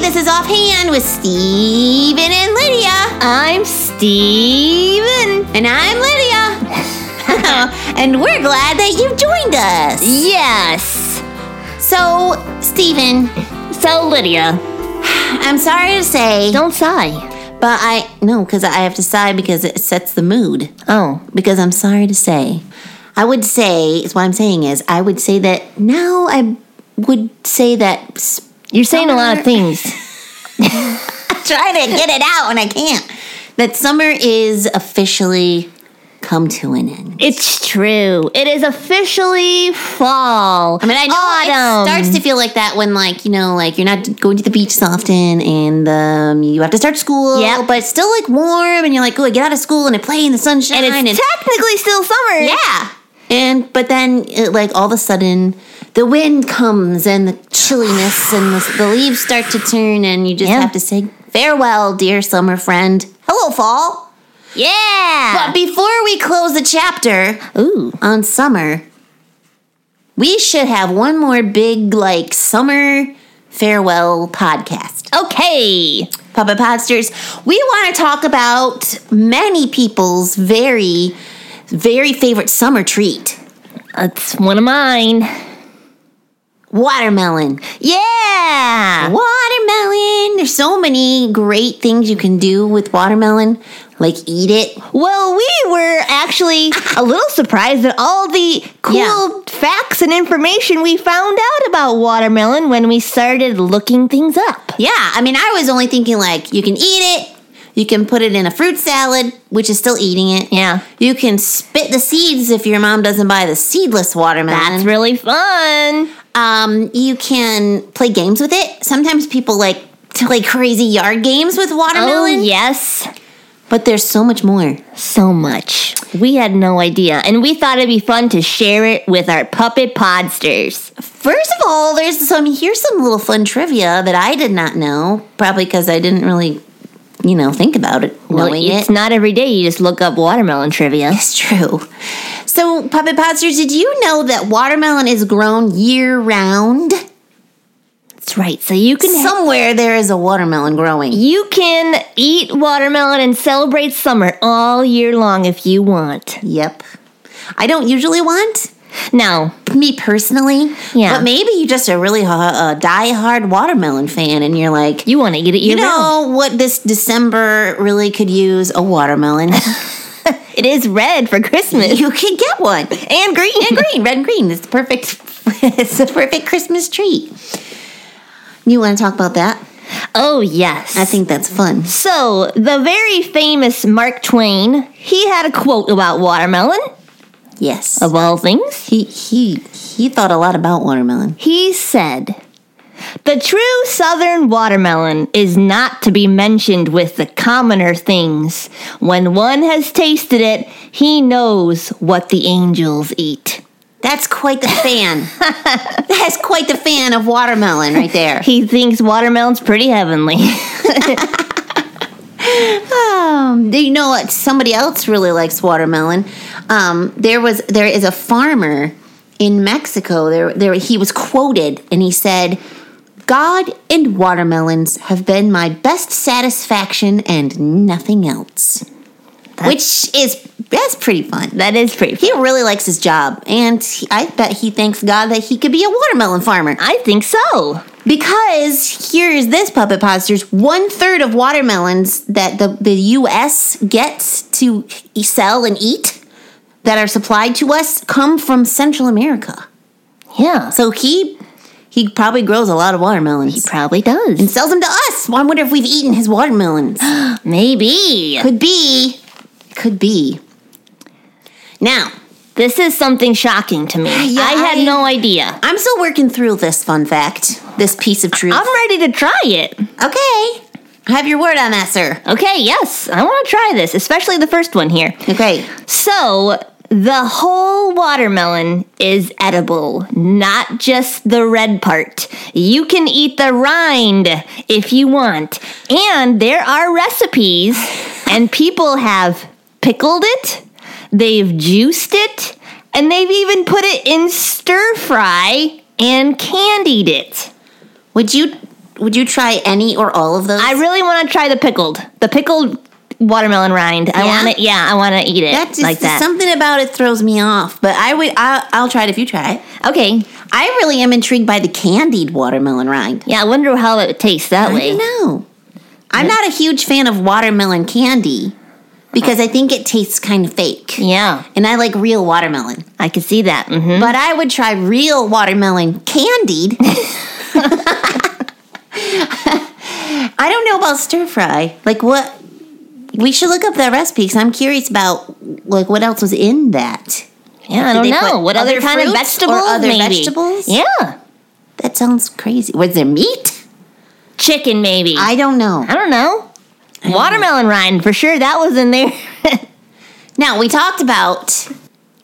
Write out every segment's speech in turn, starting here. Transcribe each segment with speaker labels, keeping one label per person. Speaker 1: This is Offhand with Steven and Lydia. I'm Steven. And I'm Lydia. and we're glad that you've joined us.
Speaker 2: Yes.
Speaker 1: So, Steven,
Speaker 2: So, Lydia,
Speaker 1: I'm sorry to say,
Speaker 2: don't sigh.
Speaker 1: but I, no, because I have to sigh because it sets the mood.
Speaker 2: Oh,
Speaker 1: Because I'm sorry to say, I would say, is what I'm saying is, I would say that now I would say that. s-
Speaker 2: you're saying a lot of things.
Speaker 1: trying to get it out and I can't. That summer is officially come to an end.
Speaker 2: It's true. It is officially fall.
Speaker 1: I mean, I know
Speaker 2: autumn.
Speaker 1: it starts to feel like that when, like, you know, like you're not going to the beach so often and um, you have to start school.
Speaker 2: Yep.
Speaker 1: But it's still like warm and you're like, oh, I get out of school and I play in the sunshine.
Speaker 2: and it's technically still summer.
Speaker 1: yeah. And, but then, it, like, all of a sudden, the wind comes and the chilliness and the, the leaves start to turn and you just
Speaker 2: Yeah.
Speaker 1: have to say, farewell, dear summer friend. Hello, fall. But
Speaker 2: Yeah.
Speaker 1: before we close the chapter
Speaker 2: Ah. Ooh.
Speaker 1: on summer, we should have one more big, like, summer farewell podcast.
Speaker 2: Okay.
Speaker 1: Puppet Podsters, we want to talk about many people's very, very favorite summer treat
Speaker 2: That's one of mine.
Speaker 1: watermelon.
Speaker 2: Yeah.
Speaker 1: Watermelon! There's so many great things you can do with watermelon, like eat it.
Speaker 2: Well, we were actually a little surprised at all the cool
Speaker 1: Yeah.
Speaker 2: facts and information we found out about watermelon when we started looking things up.
Speaker 1: Yeah, I mean, I was only thinking like you can eat it, you can put it in a fruit salad, which is still eating it.
Speaker 2: Yeah.
Speaker 1: You can spit the seeds if your mom doesn't buy the seedless
Speaker 2: That's
Speaker 1: watermelon.
Speaker 2: really fun.
Speaker 1: Um, you can play games with it. Sometimes people like to play crazy yard games with watermelon,
Speaker 2: Oh, yes.
Speaker 1: but there's so much more.
Speaker 2: So much. We had no idea, and we thought it'd be fun to share it with our puppet podsters.
Speaker 1: First of all, there's some here's some little fun trivia that I did not know, probably because I didn't really, you know, think about it, knowing it.
Speaker 2: Well, it's not every day you just look up watermelon trivia.
Speaker 1: It's true. So, Puppet Podsters, did you know that watermelon is grown year round?
Speaker 2: That's right. So you can ha-
Speaker 1: Somewhere there is a watermelon growing.
Speaker 2: you can eat watermelon and celebrate summer all year long if you want.
Speaker 1: Yep. I don't usually want,
Speaker 2: Now,
Speaker 1: me personally.
Speaker 2: Yeah.
Speaker 1: But maybe you're just a really uh, die-hard watermelon fan and you're like,
Speaker 2: you want to get it
Speaker 1: you
Speaker 2: year round.
Speaker 1: know what this December really could use? A watermelon.
Speaker 2: It is red for Christmas
Speaker 1: you could get one.
Speaker 2: and green.
Speaker 1: and green, red and green. It's the perfect. it's the perfect Christmas treat. You want to talk about that?
Speaker 2: Oh yes.
Speaker 1: I think that's fun.
Speaker 2: So, the very famous Mark Twain, he had a quote about watermelon,
Speaker 1: Yes.
Speaker 2: of all things.
Speaker 1: He he he thought a lot about watermelon.
Speaker 2: He said, The true southern watermelon is not to be mentioned with the commoner things. When one has tasted it, he knows what the angels eat.
Speaker 1: That's quite the fan. That's quite the fan of watermelon right there.
Speaker 2: He thinks watermelon's pretty heavenly.
Speaker 1: Um, do you know what? Somebody else really likes watermelon. Um, there was there is a farmer in Mexico. There there he was quoted and he said, "God and watermelons have been my best satisfaction and nothing else," which is that's pretty fun.
Speaker 2: that is pretty.
Speaker 1: He really likes his job, and he, I bet he thanks God that he could be a watermelon farmer.
Speaker 2: I think so.
Speaker 1: Because here's this puppet postures one third of watermelons that the, the U.S. gets to e- sell and eat that are supplied to us come from Central America.
Speaker 2: Yeah,
Speaker 1: So he he probably grows a lot of watermelons.
Speaker 2: probably does.
Speaker 1: Sells them to us. Well, I wonder if we've eaten his watermelons.
Speaker 2: Maybe.
Speaker 1: Could be. Could be. Now,
Speaker 2: This is something shocking to me.
Speaker 1: Yeah,
Speaker 2: I had
Speaker 1: I-
Speaker 2: no idea.
Speaker 1: I'm still working through this fun fact, this piece of truth.
Speaker 2: I'm ready to try it.
Speaker 1: Okay. Have your word on that, sir.
Speaker 2: Okay, yes, I want to try this, especially the first one here.
Speaker 1: Okay.
Speaker 2: So, the whole watermelon is edible, not just the red part. You can eat the rind if you want. And there are recipes, and people have pickled it, they've juiced it, and they've even put it in stir fry and candied it.
Speaker 1: Would you would you try any or all of those?
Speaker 2: I really want to try the pickled, the pickled watermelon rind. I
Speaker 1: Yeah?
Speaker 2: want to, yeah, I want to eat it
Speaker 1: that just
Speaker 2: like that.
Speaker 1: something about it throws me off. But I would I'll, I'll try it if you try it.
Speaker 2: okay,
Speaker 1: I really am intrigued by the candied watermelon rind.
Speaker 2: yeah, I wonder how it tastes that
Speaker 1: I
Speaker 2: way.
Speaker 1: don't know. I'm not a huge fan of watermelon candy because I think it tastes kind of fake.
Speaker 2: Yeah,
Speaker 1: And I like real watermelon.
Speaker 2: I could see that. hmm
Speaker 1: But I would try real watermelon candied. I don't know about stir fry. Like what we should look up that recipe because I'm curious about like what else was in that.
Speaker 2: Yeah, I
Speaker 1: Did
Speaker 2: don't
Speaker 1: they put
Speaker 2: know what other
Speaker 1: other
Speaker 2: kind
Speaker 1: fruits
Speaker 2: of
Speaker 1: or
Speaker 2: vegetables.
Speaker 1: other
Speaker 2: maybe.
Speaker 1: vegetables?
Speaker 2: Yeah,
Speaker 1: That sounds crazy. Was there meat?
Speaker 2: chicken maybe.
Speaker 1: I don't know.
Speaker 2: I don't know. Watermelon rind for sure. That was in there.
Speaker 1: Now we talked about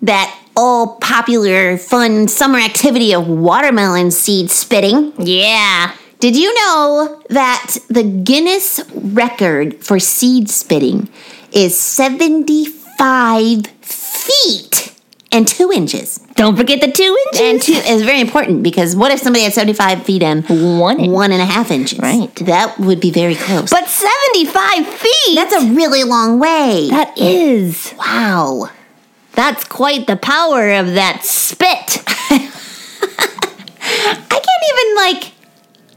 Speaker 1: that all popular fun summer activity of watermelon seed spitting.
Speaker 2: yeah.
Speaker 1: Did you know that the Guinness record for seed spitting is 75 feet and two inches?
Speaker 2: Don't forget the two
Speaker 1: And
Speaker 2: inches.
Speaker 1: two is very important because what if somebody had 75 feet and
Speaker 2: One inch.
Speaker 1: one and a half inches?
Speaker 2: Right.
Speaker 1: That would be very close.
Speaker 2: but seventy-five feet.
Speaker 1: that's a really long way.
Speaker 2: that is.
Speaker 1: wow.
Speaker 2: That's quite the power of that spit.
Speaker 1: I can't even, like,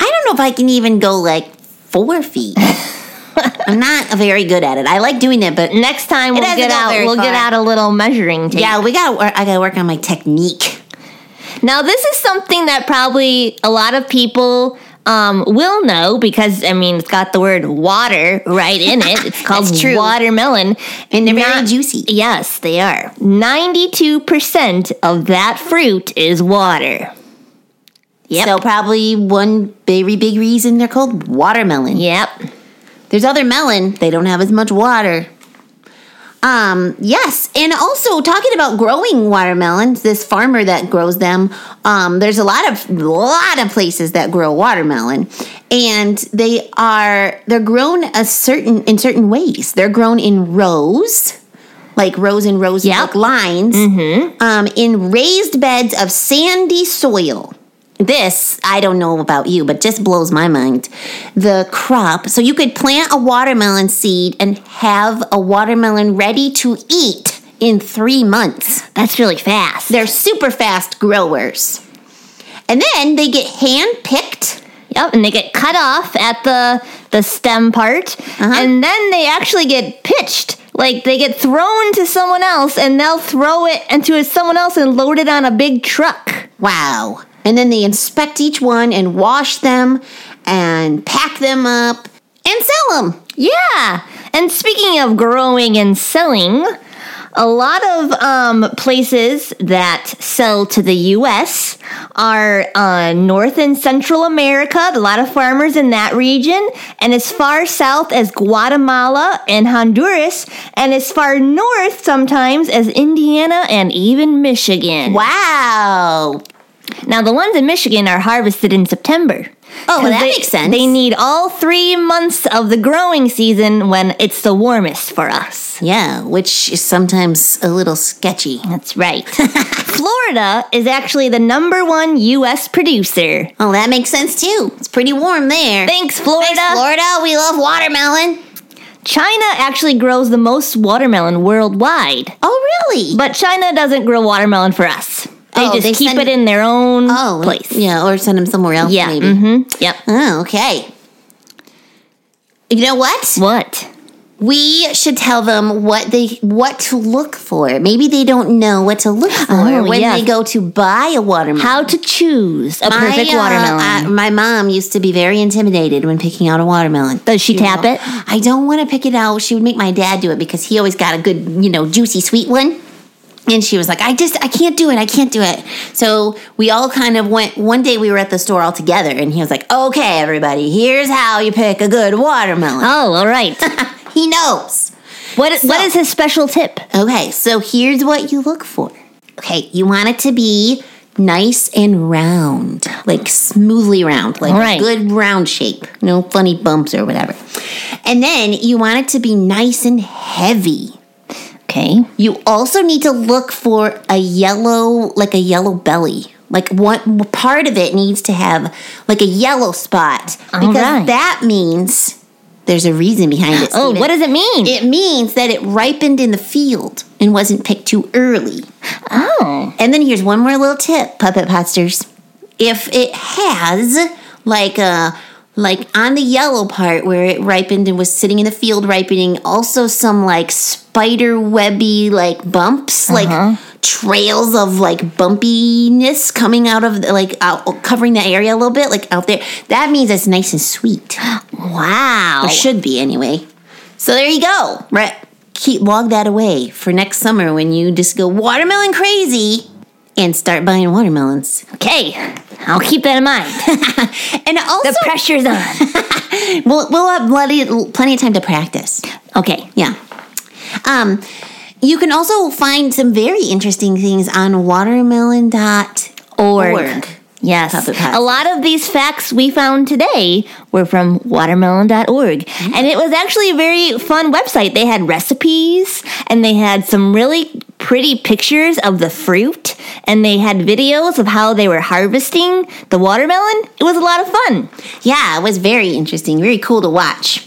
Speaker 1: I don't know if I can even go like four feet. I'm not very good at it. I like doing it, but
Speaker 2: Next time we'll
Speaker 1: doesn't
Speaker 2: get
Speaker 1: go
Speaker 2: out.
Speaker 1: very
Speaker 2: We'll get
Speaker 1: far.
Speaker 2: out a little measuring tape.
Speaker 1: yeah, we got. to I got to work on my technique.
Speaker 2: Now, this is something that probably a lot of people um, will know because, I mean, it's got the word water right in it. It's called
Speaker 1: That's true.
Speaker 2: watermelon.
Speaker 1: And they're very juicy.
Speaker 2: Yes, they are. 92% of that fruit is water. Yep.
Speaker 1: So probably one very big reason they're called watermelon.
Speaker 2: Yep.
Speaker 1: There's other melon, they don't have as much water. Um, yes, and also talking about growing watermelons, this farmer that grows them, um, there's a lot of lot of places that grow watermelon. And they are they're grown a certain in certain ways. They're grown in rows, like rows and rows
Speaker 2: Yep. Mm-hmm.
Speaker 1: like lines, um, in raised beds of sandy soil. This, I don't know about you, but just blows my mind. The crop. So you could plant a watermelon seed and have a watermelon ready to eat in three months.
Speaker 2: That's really fast.
Speaker 1: They're super fast growers. And then they get hand picked.
Speaker 2: Yep, and they get cut off at the the stem part,
Speaker 1: Uh-huh.
Speaker 2: and then they actually get pitched. Like they get thrown to someone else, and they'll throw it into someone else and load it on a big truck.
Speaker 1: Wow. And then they inspect each one and wash them and pack them up and sell them.
Speaker 2: Yeah. And speaking of growing and selling, a lot of um, places that sell to the U.S. are uh, North and Central America, a lot of farmers in that region, and as far south as Guatemala and Honduras, and as far north sometimes as Indiana and even Michigan.
Speaker 1: Wow.
Speaker 2: Now, the ones in Michigan are harvested in September.
Speaker 1: Oh,
Speaker 2: 'Cause
Speaker 1: that
Speaker 2: they-
Speaker 1: makes sense.
Speaker 2: They need all three months of the growing season when it's the warmest for us.
Speaker 1: Yeah, which is sometimes a little sketchy.
Speaker 2: That's right. Florida is actually the number one U.S. producer.
Speaker 1: Oh, that makes sense too. It's pretty warm there.
Speaker 2: Thanks, Florida.
Speaker 1: Thanks, Florida. We love watermelon.
Speaker 2: China actually grows the most watermelon worldwide,
Speaker 1: Oh, really?
Speaker 2: but China doesn't grow watermelon for us. They
Speaker 1: Oh,
Speaker 2: just
Speaker 1: they
Speaker 2: keep
Speaker 1: send-
Speaker 2: it in their own
Speaker 1: oh,
Speaker 2: place.
Speaker 1: Yeah, mm-hmm. or send them somewhere else.
Speaker 2: Yeah.
Speaker 1: maybe.
Speaker 2: hmm Yep.
Speaker 1: Oh, okay. You know what?
Speaker 2: What?
Speaker 1: We should tell them what they what to look for. Maybe they don't know what to look for
Speaker 2: Oh,
Speaker 1: when
Speaker 2: yes.
Speaker 1: they go to buy a watermelon.
Speaker 2: How to choose a perfect
Speaker 1: uh,
Speaker 2: watermelon?
Speaker 1: uh, my mom used to be very intimidated when picking out a watermelon.
Speaker 2: Does she tap
Speaker 1: know,
Speaker 2: it?
Speaker 1: I don't want to pick it out. She would make my dad do it because he always got a good, you know, juicy sweet one. And she was like, I just, I can't do it. I can't do it. So we all kind of went, one day we were at the store all together and he was like, okay, everybody, here's how you pick a good watermelon.
Speaker 2: Oh, all right.
Speaker 1: He knows.
Speaker 2: What what is his special tip?
Speaker 1: Okay, so here's what you look for. Okay, you want it to be nice and round, like smoothly round, like a
Speaker 2: Right.
Speaker 1: good round shape, no funny bumps or whatever. And then you want it to be nice and heavy.
Speaker 2: Okay.
Speaker 1: You also need to look for a yellow, like a yellow belly. Like one part of it needs to have like a yellow spot
Speaker 2: All
Speaker 1: because
Speaker 2: right.
Speaker 1: that means there's a reason behind it.
Speaker 2: Oh,
Speaker 1: Steven.
Speaker 2: what does it mean?
Speaker 1: It means that it ripened in the field and wasn't picked too early.
Speaker 2: oh,
Speaker 1: And then here's one more little tip, puppet posters. If it has like a like on the yellow part where it ripened and was sitting in the field ripening, also some like spider webby like bumps, like trails of like bumpiness coming out of the, like out, covering the area a little bit, like out there. That means it's nice and sweet.
Speaker 2: wow.
Speaker 1: Or should be anyway. So there you go. Right. Keep log that away for next summer when you just go watermelon crazy and start buying watermelons.
Speaker 2: Okay, I'll keep that in mind.
Speaker 1: And also,
Speaker 2: The pressure's on.
Speaker 1: we'll, we'll have plenty, plenty of time to practice.
Speaker 2: Okay.
Speaker 1: Yeah. Um, you can also find some very interesting things on watermelon.org.
Speaker 2: Yes.
Speaker 1: Puppet Pie.
Speaker 2: A lot of these facts we found today were from watermelon.org. And it was actually a very fun website. They had recipes and they had some really pretty pictures of the fruit and they had videos of how they were harvesting the watermelon. It was a lot of fun.
Speaker 1: Yeah, it was very interesting, very cool to watch.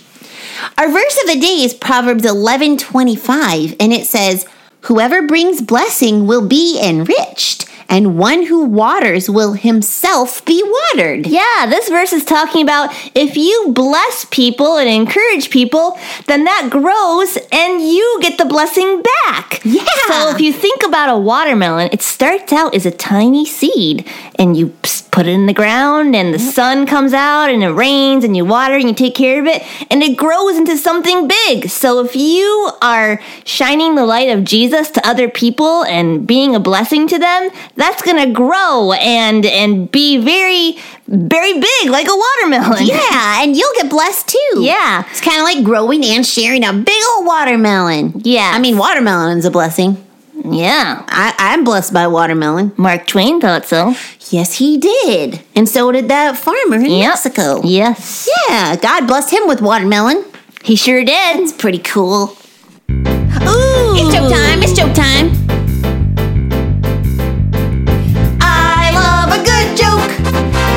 Speaker 1: Our verse of the day is Proverbs 11:25 and it says, "Whoever brings blessing will be enriched, and one who waters will himself be watered."
Speaker 2: Yeah, this verse is talking about if you bless people and encourage people, then that grows and you get the blessing back.
Speaker 1: Yeah.
Speaker 2: So if you think about a watermelon, it starts out as a tiny seed and you ps- put it in the ground and the sun comes out and it rains and you water and you take care of it and it grows into something big. So if you are shining the light of Jesus to other people and being a blessing to them, that's going to grow and and be very very big like a watermelon.
Speaker 1: Yeah, and you'll get blessed too.
Speaker 2: Yeah.
Speaker 1: It's kind of like growing and sharing a big old watermelon.
Speaker 2: Yeah.
Speaker 1: I mean, watermelon's a blessing.
Speaker 2: Yeah.
Speaker 1: I, I'm blessed by watermelon.
Speaker 2: Mark Twain thought so.
Speaker 1: Yes, he did. And so did that farmer in
Speaker 2: Yep.
Speaker 1: Mexico.
Speaker 2: Yes.
Speaker 1: Yeah, God blessed him with watermelon.
Speaker 2: He sure did.
Speaker 1: It's pretty cool.
Speaker 2: Ooh.
Speaker 1: It's joke time. It's joke time. I love a good joke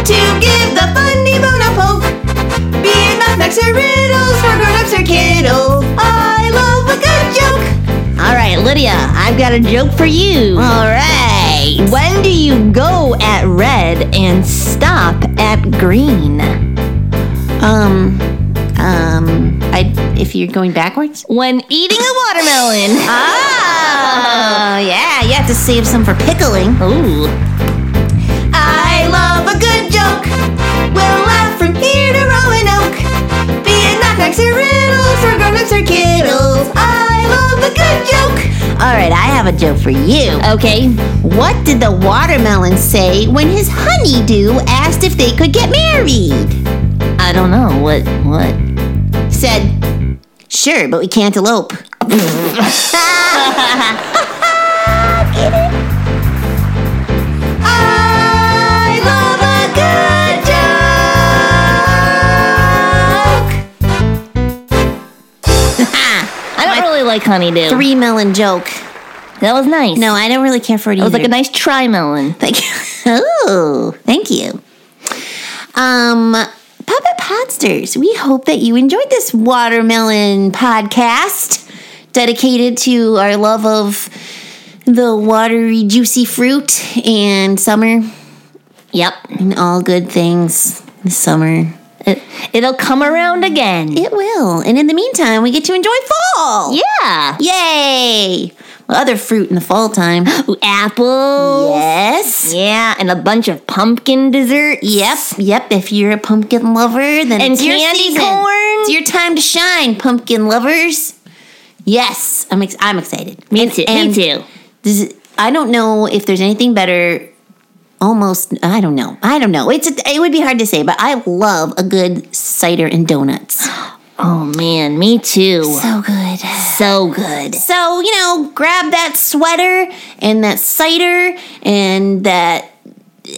Speaker 1: to give the funny bone a poke. Be it mathematics or riddles for grown-ups or kiddos. I love a good joke.
Speaker 2: All right, Lydia, I've got a joke for you.
Speaker 1: All right.
Speaker 2: When do you go at red and stop at green?
Speaker 1: Um, um, I if you're going backwards.
Speaker 2: When eating a watermelon. Ah.
Speaker 1: Oh, yeah. You have to save some for pickling.
Speaker 2: Ooh.
Speaker 1: I love a good joke. We'll laugh from here to Roanoke. Be it knockbacks or riddles for grown-ups or kiddos.
Speaker 2: Ah.
Speaker 1: I love a good joke. All right, I have a joke for you.
Speaker 2: Okay.
Speaker 1: What did the watermelon say when his honeydew asked if they could get married?
Speaker 2: I don't know what what.
Speaker 1: He said, "Sure, but we can't elope." I love a good joke.
Speaker 2: I don't really like honeydew.
Speaker 1: Three melon joke.
Speaker 2: That was nice.
Speaker 1: No, I don't really care for it either.
Speaker 2: It was like a nice tri melon.
Speaker 1: Thank you. Oh, thank you. Um, Puppet Podsters, we hope that you enjoyed this watermelon podcast dedicated to our love of the watery, juicy fruit and summer
Speaker 2: Yep.
Speaker 1: and all good things this summer.
Speaker 2: It, it'll come around again.
Speaker 1: It will. And in the meantime, we get to enjoy fall.
Speaker 2: Yeah.
Speaker 1: Yay! Well, other fruit in the fall time.
Speaker 2: Ooh, apples.
Speaker 1: yes.
Speaker 2: Yeah, and a bunch of pumpkin dessert.
Speaker 1: Yep, yep. If you're a pumpkin lover, then
Speaker 2: And
Speaker 1: it's your
Speaker 2: candy
Speaker 1: season.
Speaker 2: corn.
Speaker 1: It's your time to shine, pumpkin lovers. Yes, I'm. Ex- I'm excited.
Speaker 2: Me too.
Speaker 1: and-
Speaker 2: me too.
Speaker 1: Does it- I don't know if there's anything better. Almost, I don't know. I don't know. It's. it would be hard to say, but I love a good cider and donuts.
Speaker 2: Oh man, me too.
Speaker 1: So good.
Speaker 2: So good.
Speaker 1: So you know, grab that sweater and that cider and that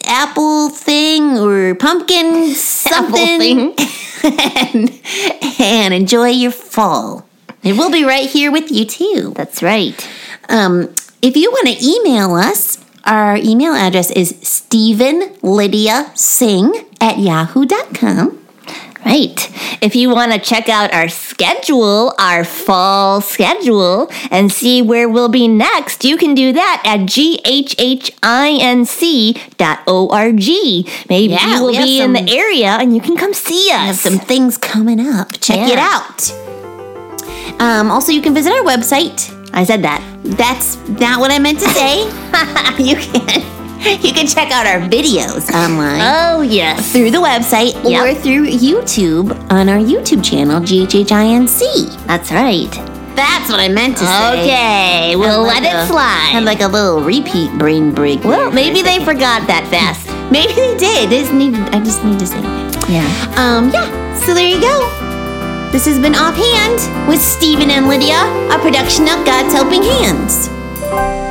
Speaker 1: apple thing or pumpkin something.
Speaker 2: thing.
Speaker 1: and, and enjoy your fall. And we'll be right here with you too.
Speaker 2: That's right.
Speaker 1: Um, if you want to email us, our email address is StephenLydiaSing at yahoo.com.
Speaker 2: Right. If you want to check out our schedule, our fall schedule, and see where we'll be next, you can do that at ghhinc.org. Maybe
Speaker 1: Yeah,
Speaker 2: you will
Speaker 1: we have
Speaker 2: be in
Speaker 1: some-
Speaker 2: the area and you can come see us.
Speaker 1: have some things coming up. Check it
Speaker 2: Yeah.
Speaker 1: out. Um, also, you can visit our website.
Speaker 2: I said that.
Speaker 1: That's not what I meant to say. you can you can check out our videos online
Speaker 2: Oh, yes.
Speaker 1: through the website or
Speaker 2: Yep.
Speaker 1: through YouTube on our YouTube channel GHHINC.
Speaker 2: That's right.
Speaker 1: That's what I meant to say.
Speaker 2: Okay, we'll
Speaker 1: Had
Speaker 2: let
Speaker 1: like a-
Speaker 2: it slide.
Speaker 1: Had like a little repeat brain break. there.
Speaker 2: well, maybe they forgot that fast.
Speaker 1: maybe they did. They just needed, I just need to say that.
Speaker 2: Yeah.
Speaker 1: Um, yeah. So there you go. This has been Offhand with Stephen and Lydia, a production of God's Helping Hands.